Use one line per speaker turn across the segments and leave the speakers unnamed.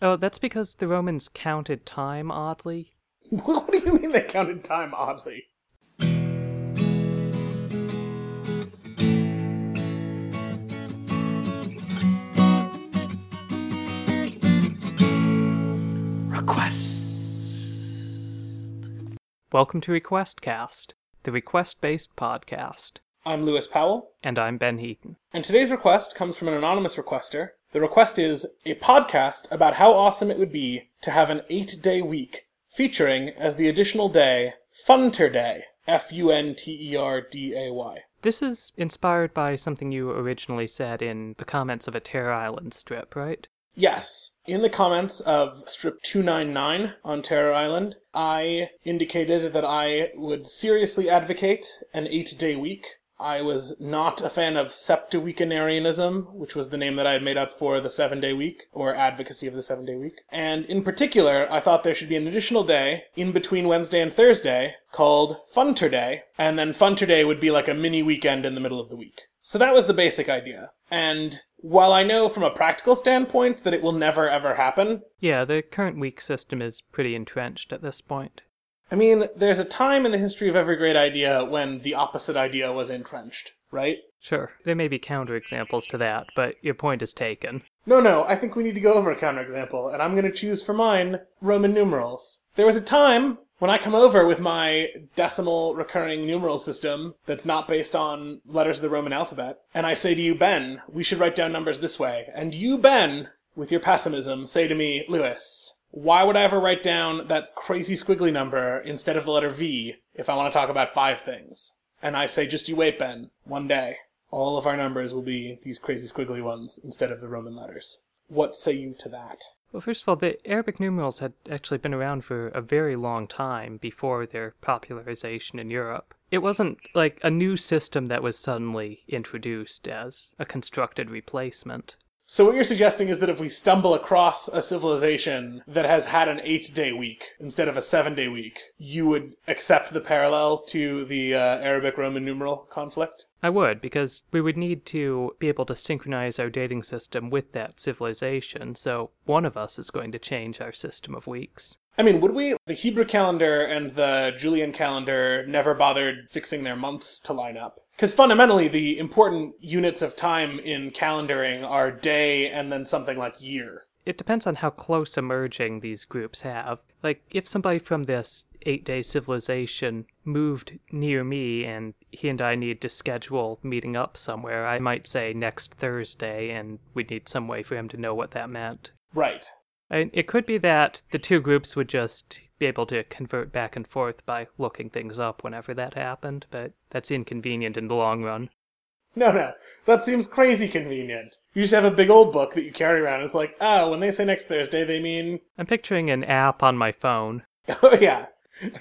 Oh, that's because the Romans counted time oddly.
what do you mean they counted time oddly?
Welcome to Requestcast, the request based podcast.
I'm Lewis Powell,
And I'm Ben Heaton.
and today's request comes from an anonymous requester. The request is a podcast about how awesome it would be to have an eight day week, featuring as the additional day, Funter Day. F U N T E R D A Y.
This is inspired by something you originally said in the comments of a Terror Island strip, right?
Yes. In the comments of strip 299 on Terror Island, I indicated that I would seriously advocate an eight day week. I was not a fan of septuagenarianism, which was the name that I had made up for the seven day week, or advocacy of the seven day week. And in particular, I thought there should be an additional day in between Wednesday and Thursday called Funter Day, and then Funter Day would be like a mini weekend in the middle of the week. So that was the basic idea. And while I know from a practical standpoint that it will never ever happen,
Yeah, the current week system is pretty entrenched at this point.
I mean, there's a time in the history of every great idea when the opposite idea was entrenched, right?
Sure, there may be counterexamples to that, but your point is taken.
No, no, I think we need to go over a counterexample, and I'm going to choose for mine Roman numerals. There was a time when I come over with my decimal recurring numeral system that's not based on letters of the Roman alphabet, and I say to you, Ben, we should write down numbers this way. And you, Ben, with your pessimism, say to me, Lewis, why would I ever write down that crazy squiggly number instead of the letter V if I want to talk about five things? And I say, just you wait, Ben, one day all of our numbers will be these crazy squiggly ones instead of the Roman letters. What say you to that?
Well, first of all, the Arabic numerals had actually been around for a very long time before their popularization in Europe. It wasn't like a new system that was suddenly introduced as a constructed replacement.
So, what you're suggesting is that if we stumble across a civilization that has had an eight day week instead of a seven day week, you would accept the parallel to the uh, Arabic Roman numeral conflict?
I would, because we would need to be able to synchronize our dating system with that civilization, so one of us is going to change our system of weeks.
I mean, would we? The Hebrew calendar and the Julian calendar never bothered fixing their months to line up. Because fundamentally, the important units of time in calendaring are day and then something like year.
It depends on how close a merging these groups have. Like, if somebody from this eight day civilization moved near me and he and I need to schedule meeting up somewhere, I might say next Thursday, and we'd need some way for him to know what that meant.
Right.
And it could be that the two groups would just be able to convert back and forth by looking things up whenever that happened, but that's inconvenient in the long run.
No, no. That seems crazy convenient. You just have a big old book that you carry around. It's like, oh, when they say next Thursday, they mean.
I'm picturing an app on my phone.
Oh, yeah.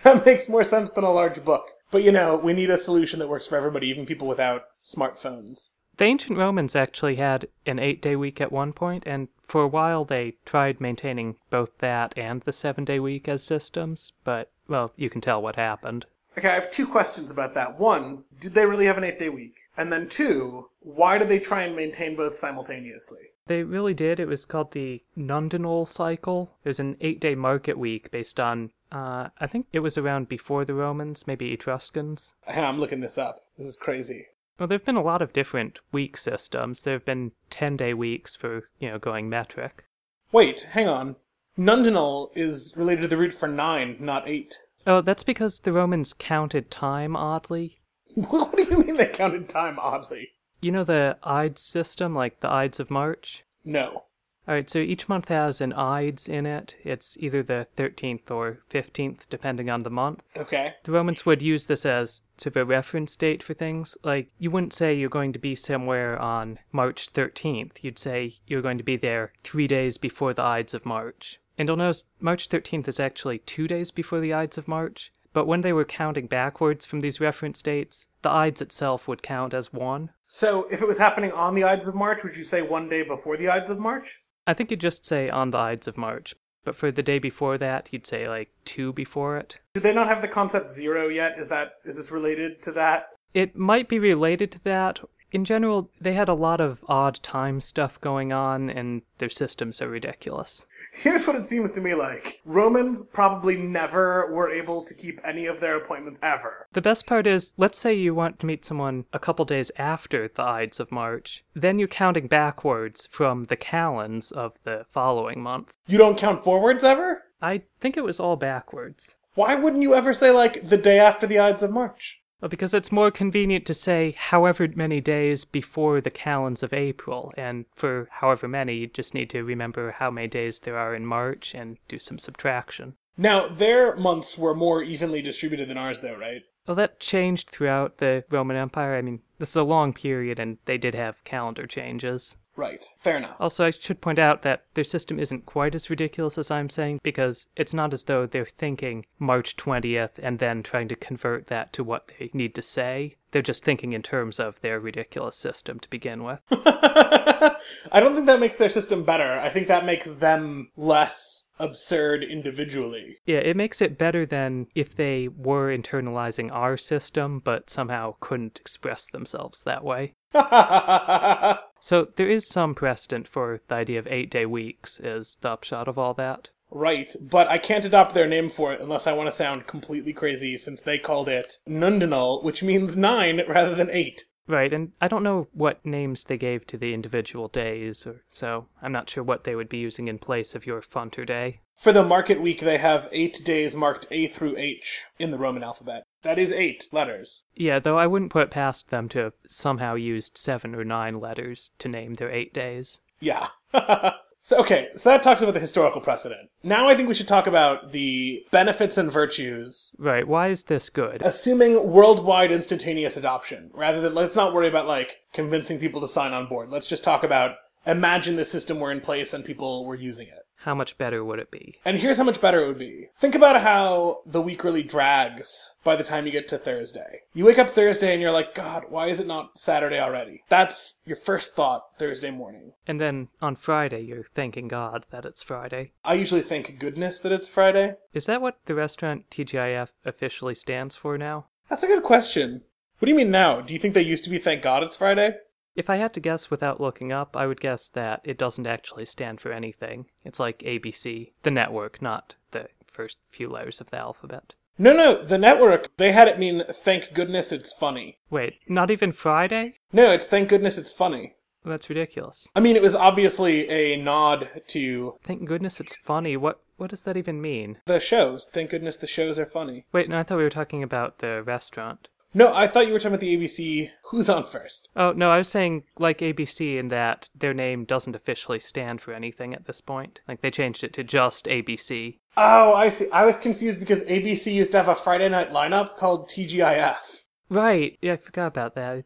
That makes more sense than a large book. But, you know, we need a solution that works for everybody, even people without smartphones.
The ancient Romans actually had an eight day week at one point, and for a while they tried maintaining both that and the seven day week as systems, but, well, you can tell what happened.
Okay, I have two questions about that. One, did they really have an eight day week? And then two, why did they try and maintain both simultaneously?
They really did. It was called the Nundinal cycle. It was an eight day market week based on, uh, I think it was around before the Romans, maybe Etruscans.
Hey, I'm looking this up. This is crazy.
Well, there have been a lot of different week systems. There have been 10 day weeks for, you know, going metric.
Wait, hang on. Nundinal is related to the root for nine, not eight.
Oh, that's because the Romans counted time oddly.
what do you mean they counted time oddly?
You know the Ides system, like the Ides of March?
No.
All right, so each month has an Ides in it. It's either the 13th or 15th, depending on the month.
Okay.
The Romans would use this as sort of a reference date for things. Like, you wouldn't say you're going to be somewhere on March 13th. You'd say you're going to be there three days before the Ides of March. And you'll notice March 13th is actually two days before the Ides of March. But when they were counting backwards from these reference dates, the Ides itself would count as one.
So if it was happening on the Ides of March, would you say one day before the Ides of March?
I think you'd just say on the Ides of March. But for the day before that, you'd say like two before it.
Do they not have the concept zero yet? Is that is this related to that?
It might be related to that, in general, they had a lot of odd time stuff going on, and their systems are ridiculous.
Here's what it seems to me like Romans probably never were able to keep any of their appointments ever.
The best part is, let's say you want to meet someone a couple days after the Ides of March, then you're counting backwards from the calends of the following month.
You don't count forwards ever?
I think it was all backwards.
Why wouldn't you ever say, like, the day after the Ides of March?
Well, because it's more convenient to say however many days before the calends of April, and for however many, you just need to remember how many days there are in March and do some subtraction.
Now, their months were more evenly distributed than ours, though, right?
Well, that changed throughout the Roman Empire. I mean, this is a long period, and they did have calendar changes.
Right. Fair enough.
Also, I should point out that their system isn't quite as ridiculous as I'm saying because it's not as though they're thinking March 20th and then trying to convert that to what they need to say. They're just thinking in terms of their ridiculous system to begin with.
I don't think that makes their system better. I think that makes them less absurd individually.
yeah, it makes it better than if they were internalizing our system but somehow couldn't express themselves that way.
right.
So there is some precedent for the idea of eight day weeks, is the upshot of all that.
But I can't adopt their name for it unless I want to sound completely crazy since they called it Nundinal, which means nine rather than eight.
Right, and I don't know what names they gave to the individual days, or so I'm not sure what they would be using in place of your Funter Day.
For the market week, they have eight days marked A through H in the Roman alphabet. That is eight letters.
Yeah, though I wouldn't put it past them to have somehow used seven or nine letters to name their eight days.
Yeah. so okay, so that talks about the historical precedent. Now I think we should talk about the benefits and virtues
Right, why is this good?
assuming worldwide instantaneous adoption rather than let's not worry about like convincing people to sign on board. Let's just talk about imagine the system were in place and people were using it.
How much better would it be?
And here's how much better it would be. Think about how the week really drags by the time you get to Thursday. You wake up Thursday and you're like, God, why is it not Saturday already? That's your first thought Thursday morning.
And then on Friday, you're thanking God that it's Friday.
I usually thank goodness that it's Friday.
Is that what the restaurant TGIF officially stands for now?
That's a good question. What do you mean now? Do you think they used to be thank God it's Friday?
If I had to guess without looking up, I would guess that it doesn't actually stand for anything. It's like ABC, the network, not the first few letters of the alphabet.
No, no, the network, they had it mean thank goodness it's funny.
Wait, not even Friday?
No, it's thank goodness it's funny.
That's ridiculous.
I mean, it was obviously a nod to
Thank goodness it's funny. What what does that even mean?
the shows. Thank goodness the shows are funny.
Wait, no, I thought we were talking about the restaurant.
No, I thought you were talking about the ABC Who's on First.
Oh, no, I was saying like ABC in that their name doesn't officially stand for anything at this point. Like they changed it to just ABC.
Oh, I see. I was confused because ABC used to have a Friday night lineup called TGIF.
Right. Yeah, I forgot about that.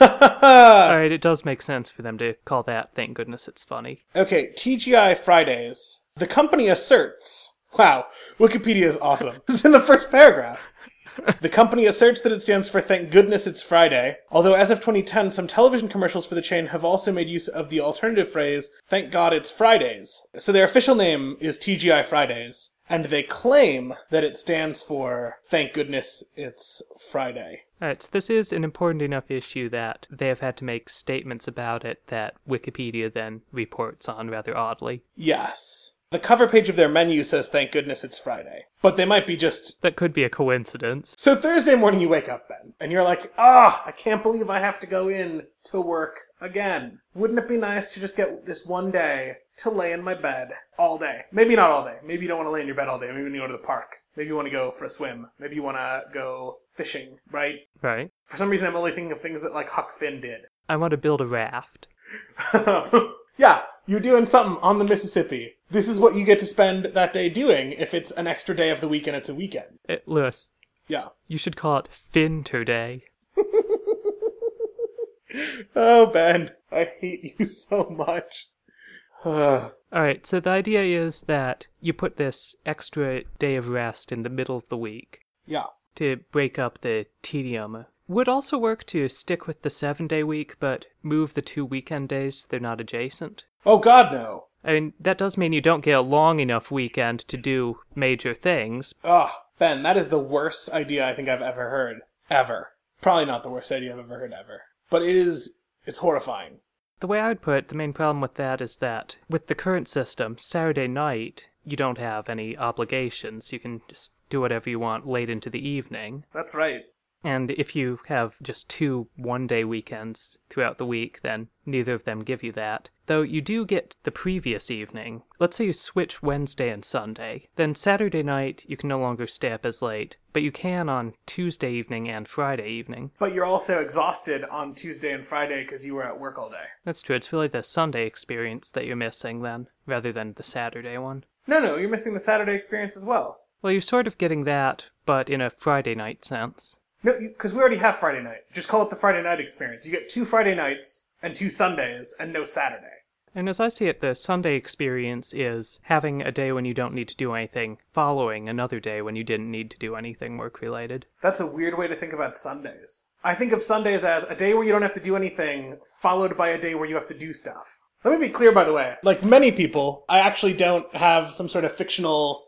Uh.
All right, it does make sense for them to call that thank goodness it's funny.
okay, TGI Fridays. The company asserts. Wow, Wikipedia is awesome. it's in the first paragraph. The company asserts that it stands for Thank Goodness It's Friday, although as of 2010, some television commercials for the chain have also made use of the alternative phrase Thank God It's Fridays. So their official name is TGI Fridays, and they claim that it stands for Thank Goodness It's Friday.
All right, so this is an important enough issue that they have had to make statements about it that Wikipedia then reports on rather oddly.
Yes. The cover page of their menu says Thank Goodness It's Friday, but they might be just
That could be a coincidence.
So Thursday morning you wake up then, and you're like, ah, I can't believe I have to go in to work again. Wouldn't it be nice to just get this one day to lay in my bed all day? Maybe not all day. Maybe you don't want to lay in your bed all day. Maybe you want to go to the park. Maybe you want to go for a swim. Maybe you want to go fishing, right?
Right.
For some reason, I'm only thinking of things that like Huck Finn did.
I want to build a raft.
yeah, you're doing something on the Mississippi. This is what you get to spend that day doing if it's an extra day of the week and it's a weekend.
Eh, Lewis,
Yeah.
you should call it Fin Today.
Oh, Ben, I hate you so much. Ugh.
All right, so the idea is that you put this extra day of rest in the middle of the week
yeah.
to break up the tedium. Would also work to stick with the seven day week, but move the two weekend days so they're not adjacent.
Oh, God, no.
I mean, that does mean you don't get a long enough weekend to do major things.
Ugh, Ah, Ben, that is the worst idea I think I've ever heard. Ever. Probably not the worst idea I've ever heard, ever. But it is It's horrifying.
The way I would put it, the main problem with that is that with the current system, Saturday night, you don't have any obligations. You can just do whatever you want late into the evening.
That's right.
And if you have just two one day weekends throughout the week, then neither of them give you that. Though you do get the previous evening. Let's say you switch Wednesday and Sunday. Then Saturday night, you can no longer stay up as late, but you can on Tuesday evening and Friday evening.
But you're also exhausted on Tuesday and Friday because you were at work all day.
That's true. It's really the Sunday experience that you're missing then, rather than the Saturday one.
No, no, you're missing the Saturday experience as well.
Well, you're sort of getting that, but in a Friday night sense.
No, because we already have Friday night. Just call it the Friday night experience. You get two Friday nights and two Sundays and no Saturday.
And as I see it, the Sunday experience is having a day when you don't need to do anything, following another day when you didn't need to do anything work related.
That's a weird way to think about Sundays. I think of Sundays as a day where you don't have to do anything, followed by a day where you have to do stuff. Let me be clear, by the way. Like many people, I actually don't have some sort of fictional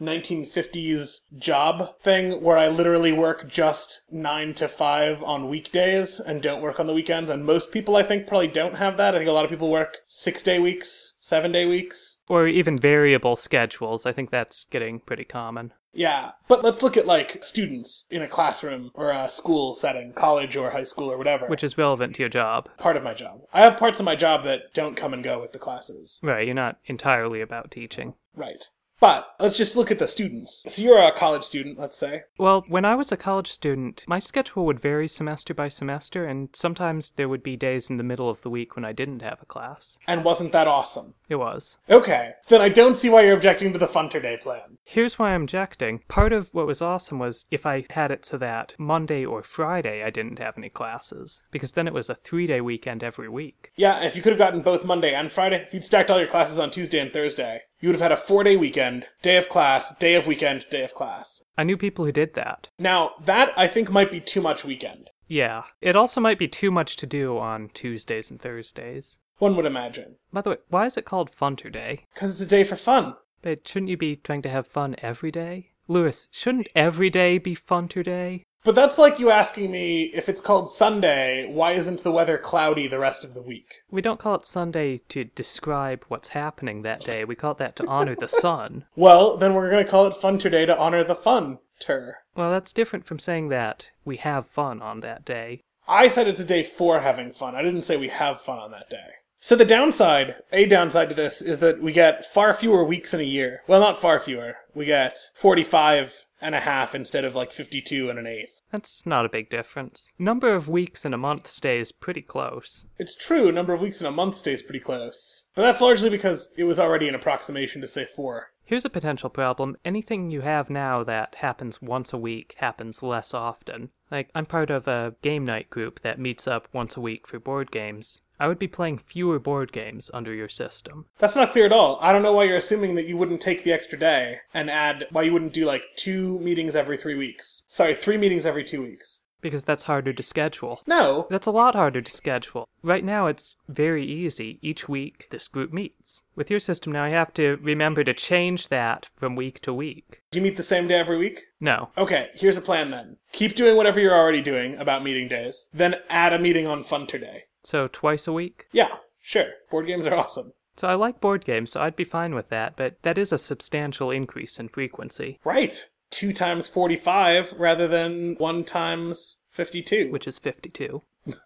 1950s job thing where I literally work just 9 to 5 on weekdays and don't work on the weekends. And most people, I think, probably don't have that. I think a lot of people work six day weeks, seven day weeks.
Or even variable schedules. I think that's getting pretty common.
Yeah. But let's look at like students in a classroom or a school setting, college or high school or whatever.
Which is relevant to your job.
part of my job. I have parts of my job that don't come and go with the classes.
Right, you're not entirely about teaching.
Right. But let's just look at the students. So you're a college student, let's say.
Well, when I was a college student, my schedule would vary semester by semester, and sometimes there would be days in the middle of the week when I didn't have a class.
And wasn't that awesome?
It was.
Okay. Then I don't see why you're objecting to the Funter Day plan.
Here's why I'm objecting. Part of what was awesome was if I had it so that Monday or Friday I didn't have any classes, because then it was a three day weekend every week.
Yeah, if you could have gotten both Monday and Friday, if you'd stacked all your classes on Tuesday and Thursday, you would have had a four day weekend, day of class, day of weekend, day of class.
I knew people who did that.
Now, that I think might be too much weekend,
Yeah. It also might be too much to do on Tuesdays and Thursdays.
one would imagine.
By the way, why is it called Funter Day?
Because it's a day for fun.
But shouldn't you be trying to have fun every day? Lewis, shouldn't every day be Funter Day?
But that's like you asking me if it's called Sunday, why isn't the weather cloudy the rest of the week?
We don't call it Sunday to describe what's happening that day. We call it that to honor the sun.
Well, then we're going to call it Fun Today to honor the fun ter.
Well, that's different from saying that we have fun on that day.
I said it's a day for having fun. I didn't say we have fun on that day. So the downside, a downside to this, is that we get far fewer weeks in a year. Well, not far fewer. We get 45 and a half instead of like 52 and an eighth.
That's not a big difference. Number of weeks in a month stays pretty close.
It's true, number of weeks in a month stays pretty close. But that's largely because it was already an approximation to say four.
Here's a potential problem. Anything you have now that happens once a week happens less often. Like, I'm part of a game night group that meets up once a week for board games. I would be playing fewer board games under your system.
That's not clear at all. I don't know why you're assuming that you wouldn't take the extra day and add why you wouldn't do like two meetings every three weeks. Sorry, three meetings every two weeks.
Because that's harder to schedule.
No.
That's a lot harder to schedule. Right now, it's very easy. Each week, this group meets. With your system now, I have to remember to change that from week to week.
Do you meet the same day every week?
No.
Okay, here's a plan then. Keep doing whatever you're already doing about meeting days, then add a meeting on Funter Day.
So, twice a week?
Yeah, sure. Board games are awesome.
So, I like board games, so I'd be fine with that, but that is a substantial increase in frequency,
Right. Two times 45 rather than one times 52.
which is 52.
Which...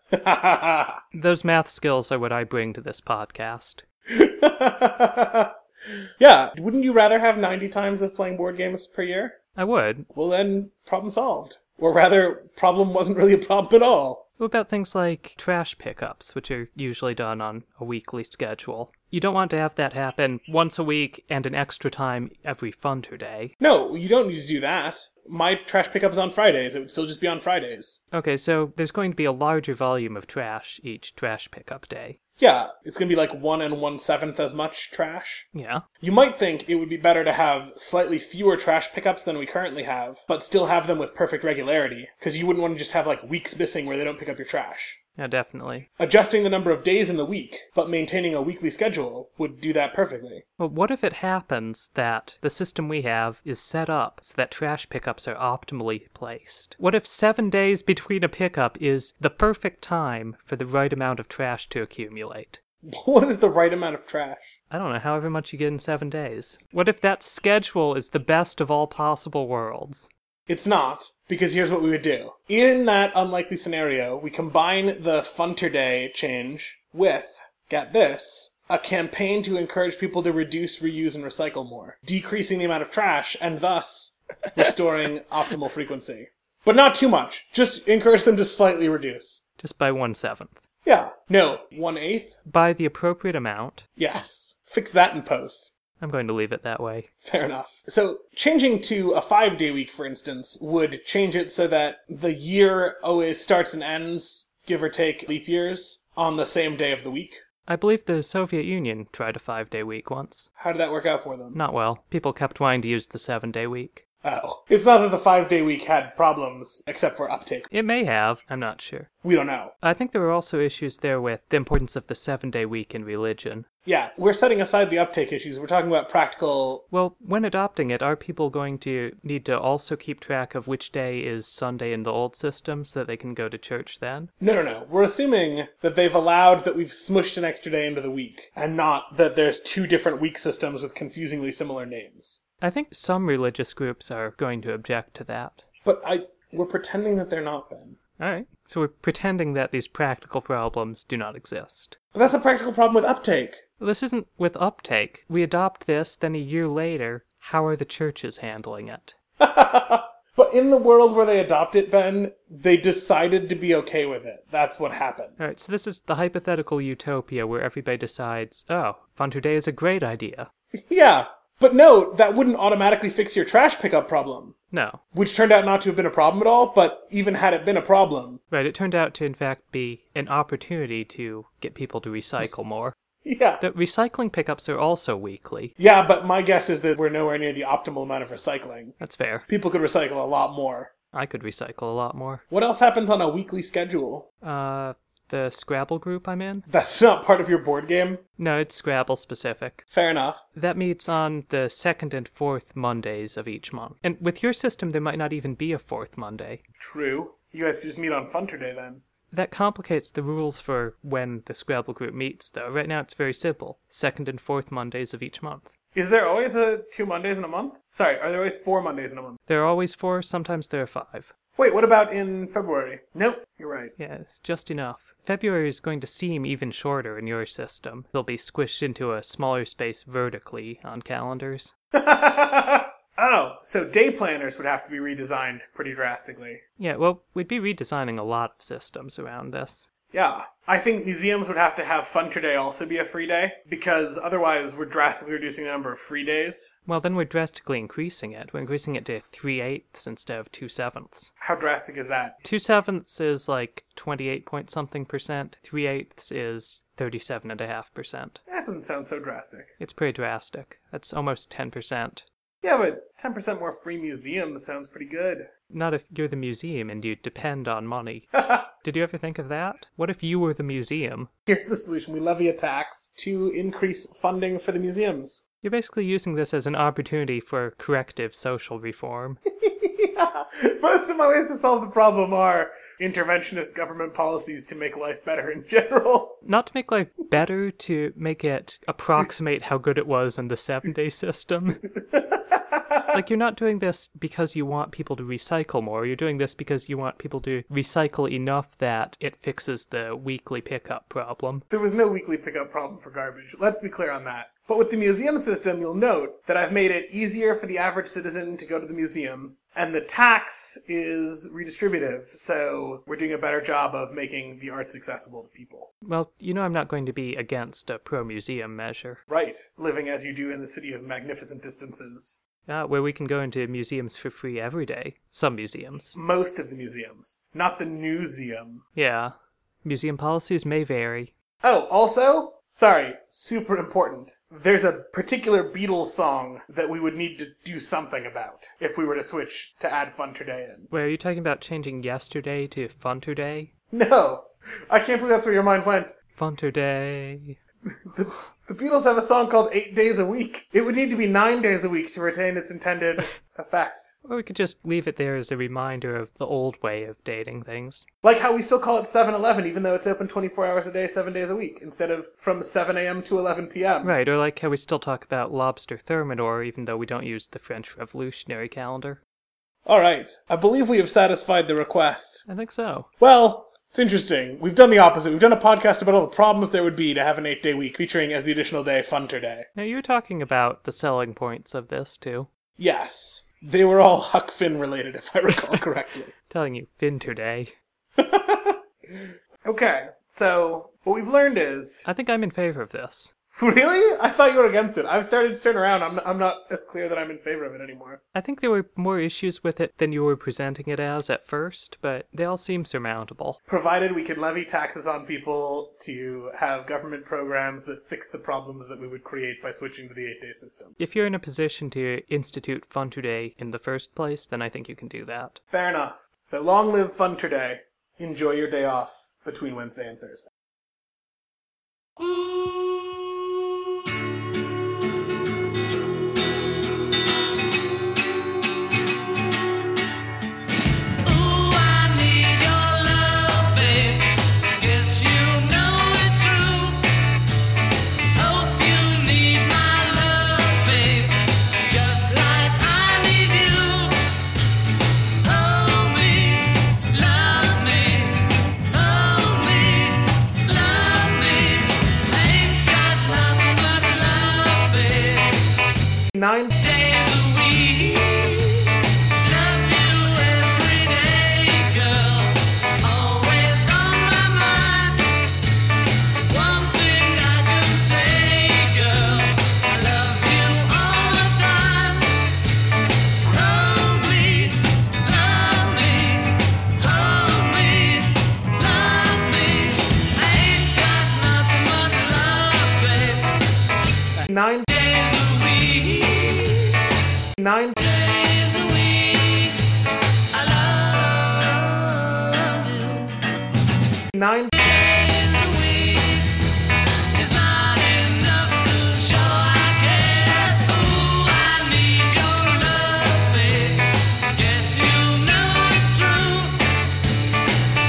Those math skills are what I bring to this podcast.
yeah, wouldn't you rather have 90 times of playing board games per year?
I would.
Well, then, problem solved. Or rather, problem wasn't really a problem at all.
What about things like trash pickups, which are usually done on a weekly schedule? You don't want to have that happen once a week and an extra time every funter day.
No, you don't need to do that. My trash pickup's on Fridays. It would still just be on Fridays.
Okay, so there's going to be a larger volume of trash each trash pickup day.
Yeah, it's going to be like one and one seventh as much trash.
Yeah.
You might think it would be better to have slightly fewer trash pickups than we currently have, but still have them with perfect regularity, because you wouldn't want to just have like weeks missing where they don't pick up your trash.
Yeah, definitely.
Adjusting the number of days in the week, but maintaining a weekly schedule would do that perfectly.
Well, what if it happens that the system we have is set up so that trash pickups are optimally placed? What if seven days between a pickup is the perfect time for the right amount of trash to accumulate?
What is the right amount of trash?
I don't know, however much you get in seven days. What if that schedule is the best of all possible worlds?
It's not, because here's what we would do. In that unlikely scenario, we combine the Funter Day change with, get this, a campaign to encourage people to reduce, reuse, and recycle more, decreasing the amount of trash and thus restoring optimal frequency. But not too much. Just encourage them to slightly reduce.
Just by one seventh.
Yeah. No. One eighth?
By the appropriate amount.
Yes. Fix that in post.
I'm going to leave it that way.
Fair enough. So changing to a five day week, for instance, would change it so that the year always starts and ends, give or take leap years, on the same day of the week.
I believe the Soviet Union tried a five day week once.
How did that work out for them?
Not well. People kept wanting to use the seven day week.
Oh. It's not that the five day week had problems, except for uptake.
It may have, I'm not sure.
We don't know.
I think there were also issues there with the importance of the seven day week in religion.
Yeah, we're setting aside the uptake issues. We're talking about practical.
Well, when adopting it, are people going to need to also keep track of which day is Sunday in the old system so that they can go to church then?
No, no, no. We're assuming that they've allowed that we've smushed an extra day into the week, and not that there's two different week systems with confusingly similar names.
I think some religious groups are going to object to that.
But I. We're pretending that they're not then.
All right. So we're pretending that these practical problems do not exist.
But that's a practical problem with uptake.
This isn't with uptake. We adopt this, then a year later, how are the churches handling it?
But in the world where they adopt it, Ben, they decided to be okay with it. That's what happened.
All right, so this is the hypothetical utopia where everybody decides, oh, fun today is a great idea.
Yeah. But no, that wouldn't automatically fix your trash pickup problem,
No.
which turned out not to have been a problem at all, but even had it been a problem.
Right, it turned out to, in fact, be an opportunity to get people to recycle more.
Yeah.
The recycling pickups are also weekly.
Yeah, but my guess is that we're nowhere near the optimal amount of recycling.
That's fair.
People could recycle a lot more.
I could recycle a lot more.
What else happens on a weekly schedule?
Uh, the Scrabble group I'm in?
That's not part of your board game.
No, it's Scrabble specific.
Fair enough.
That meets on the second and fourth Mondays of each month. And with your system, there might not even be a fourth Monday.
True. You guys could just meet on Funter Day then.
That complicates the rules for when the Scrabble group meets, though. Right now, it's very simple second and fourth Mondays of each month.
Is there always a two Mondays in a month? Sorry, are there always four Mondays in a month?
There are always four, sometimes there are five.
Wait, what about in February? Nope, you're right.
Yeah, it's just enough. February is going to seem even shorter in your system. They'll be squished into a smaller space vertically on calendars.
Oh, so day planners would have to be redesigned pretty drastically.
Yeah, well, we'd be redesigning a lot of systems around this.
Yeah. I think museums would have to have Funter Day also be a free day, because otherwise we're drastically reducing the number of free days.
Well, then we're drastically increasing it. We're increasing it to three eighths instead of two sevenths.
How drastic is that?
Two sevenths is like 28 point something percent, three eighths is 37.5 percent.
That doesn't sound so drastic.
It's pretty drastic. That's almost 10 percent.
Yeah, but 10% more free museums sounds pretty good.
Not if you're the museum and you depend on money. Did you ever think of that? What if you were the museum?
Here's the solution we levy a tax to increase funding for the museums.
You're basically using this as an opportunity for corrective social reform.
Most of my ways to solve the problem are interventionist government policies to make life better in general.
Not to make life better, to make it approximate how good it was in the seven day system. like, you're not doing this because you want people to recycle more. You're doing this because you want people to recycle enough that it fixes the weekly pickup problem.
There was no weekly pickup problem for garbage. Let's be clear on that. But with the museum system, you'll note that I've made it easier for the average citizen to go to the museum, and the tax is redistributive, so we're doing a better job of making the arts accessible to people.
Well, you know, I'm not going to be against a pro museum measure,
Right, living as you do in the city of magnificent distances.
uh, where we can go into museums for free every day. Some museums.
Most of the museums, not the museum.
Yeah. Museum policies may vary.
Oh, also, sorry, super important. There's a particular Beatles song that we would need to do something about if we were to switch to add Fun Today in.
Wait, are you talking about changing yesterday to fun today?
No, I can't believe that's where your mind went.
Funter Day.
The, the Beatles have a song called Eight Days a Week. It would need to be nine days a week to retain its intended effect.
Or we could just leave it there as a reminder of the old way of dating things.
Like how we still call it 7 Eleven, even though it's open 24 hours a day, 7 days a week, instead of from 7 a.m. to 11 p.m.
Right, or like how we still talk about lobster thermidor, even though we don't use the French Revolutionary calendar.
All right. I believe we have satisfied the request.
I think so.
Well, it's interesting. We've done the opposite. We've done a podcast about all the problems there would be to have an eight day week, featuring as the additional day Funter Day.
Now, you were talking about the selling points of this, too.
Yes. They were all Huck Finn related, if I recall correctly.
Telling you, Finter Day.
okay. So, what we've learned is.
I think I'm in favor of this.
Really? I thought you were against it. I've started to turn around. I'm, I'm not as clear that I'm in favor of it anymore.
I think there were more issues with it than you were presenting it as at first, but they all seem surmountable.
Provided we can levy taxes on people to have government programs that fix the problems that we would create by switching to the eight day system.
If you're in a position to institute Fun Today in the first place, then I think you can do that.
Fair enough. So long live Fun Today. Enjoy your day off between Wednesday and Thursday.
Ooh, I need your love, babe. Guess you know it's true. Hope you need my love, babe, just like I need you. Hold me, love me, hold me, love me. Ain't got nothing but love, babe.
Nine.
Days a week, love you every day, girl. Always on my mind. One thing I can say, girl, I love you all the time. Hold me, love me, hold me, love me. Ain't got nothing but love, babe.
Nine.
Days a week.
Nine.
Days a week, I love you.
Nine.
Days a week is not enough to show I care. Ooh, I need your love, babe. Guess you know it's true.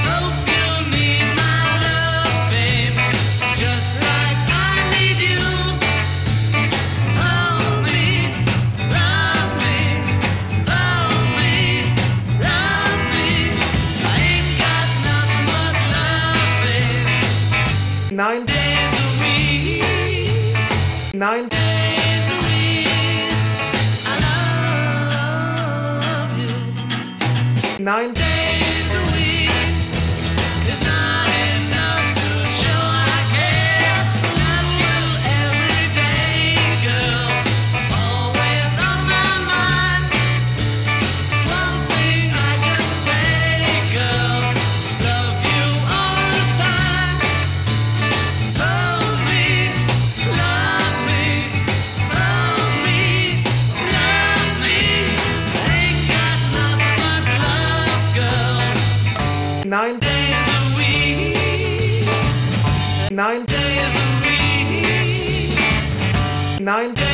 Hope you need my love, babe, just like I need you. Love me, love me, love me, love me. I ain't got nothing but love, babe.
Nine.
Days a week,
Nine.
days a week. I love you.
Nine.
Days a week is not enough to show I care. Love you every day, girl. Always on my mind. One thing I can say, girl, love you all the time. Hold me, love me, hold me, love me. Ain't got nothing but love, girl.
Nine.
Days a week,
Nine.
days a week,
Nine.
days a week.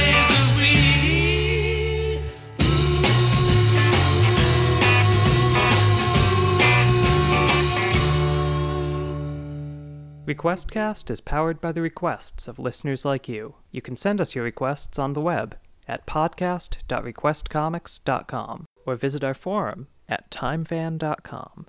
Requestcast is powered by the requests of listeners like you. You can send us your requests on the web at podcast.requestcomics.com or visit our forum at timevan.com.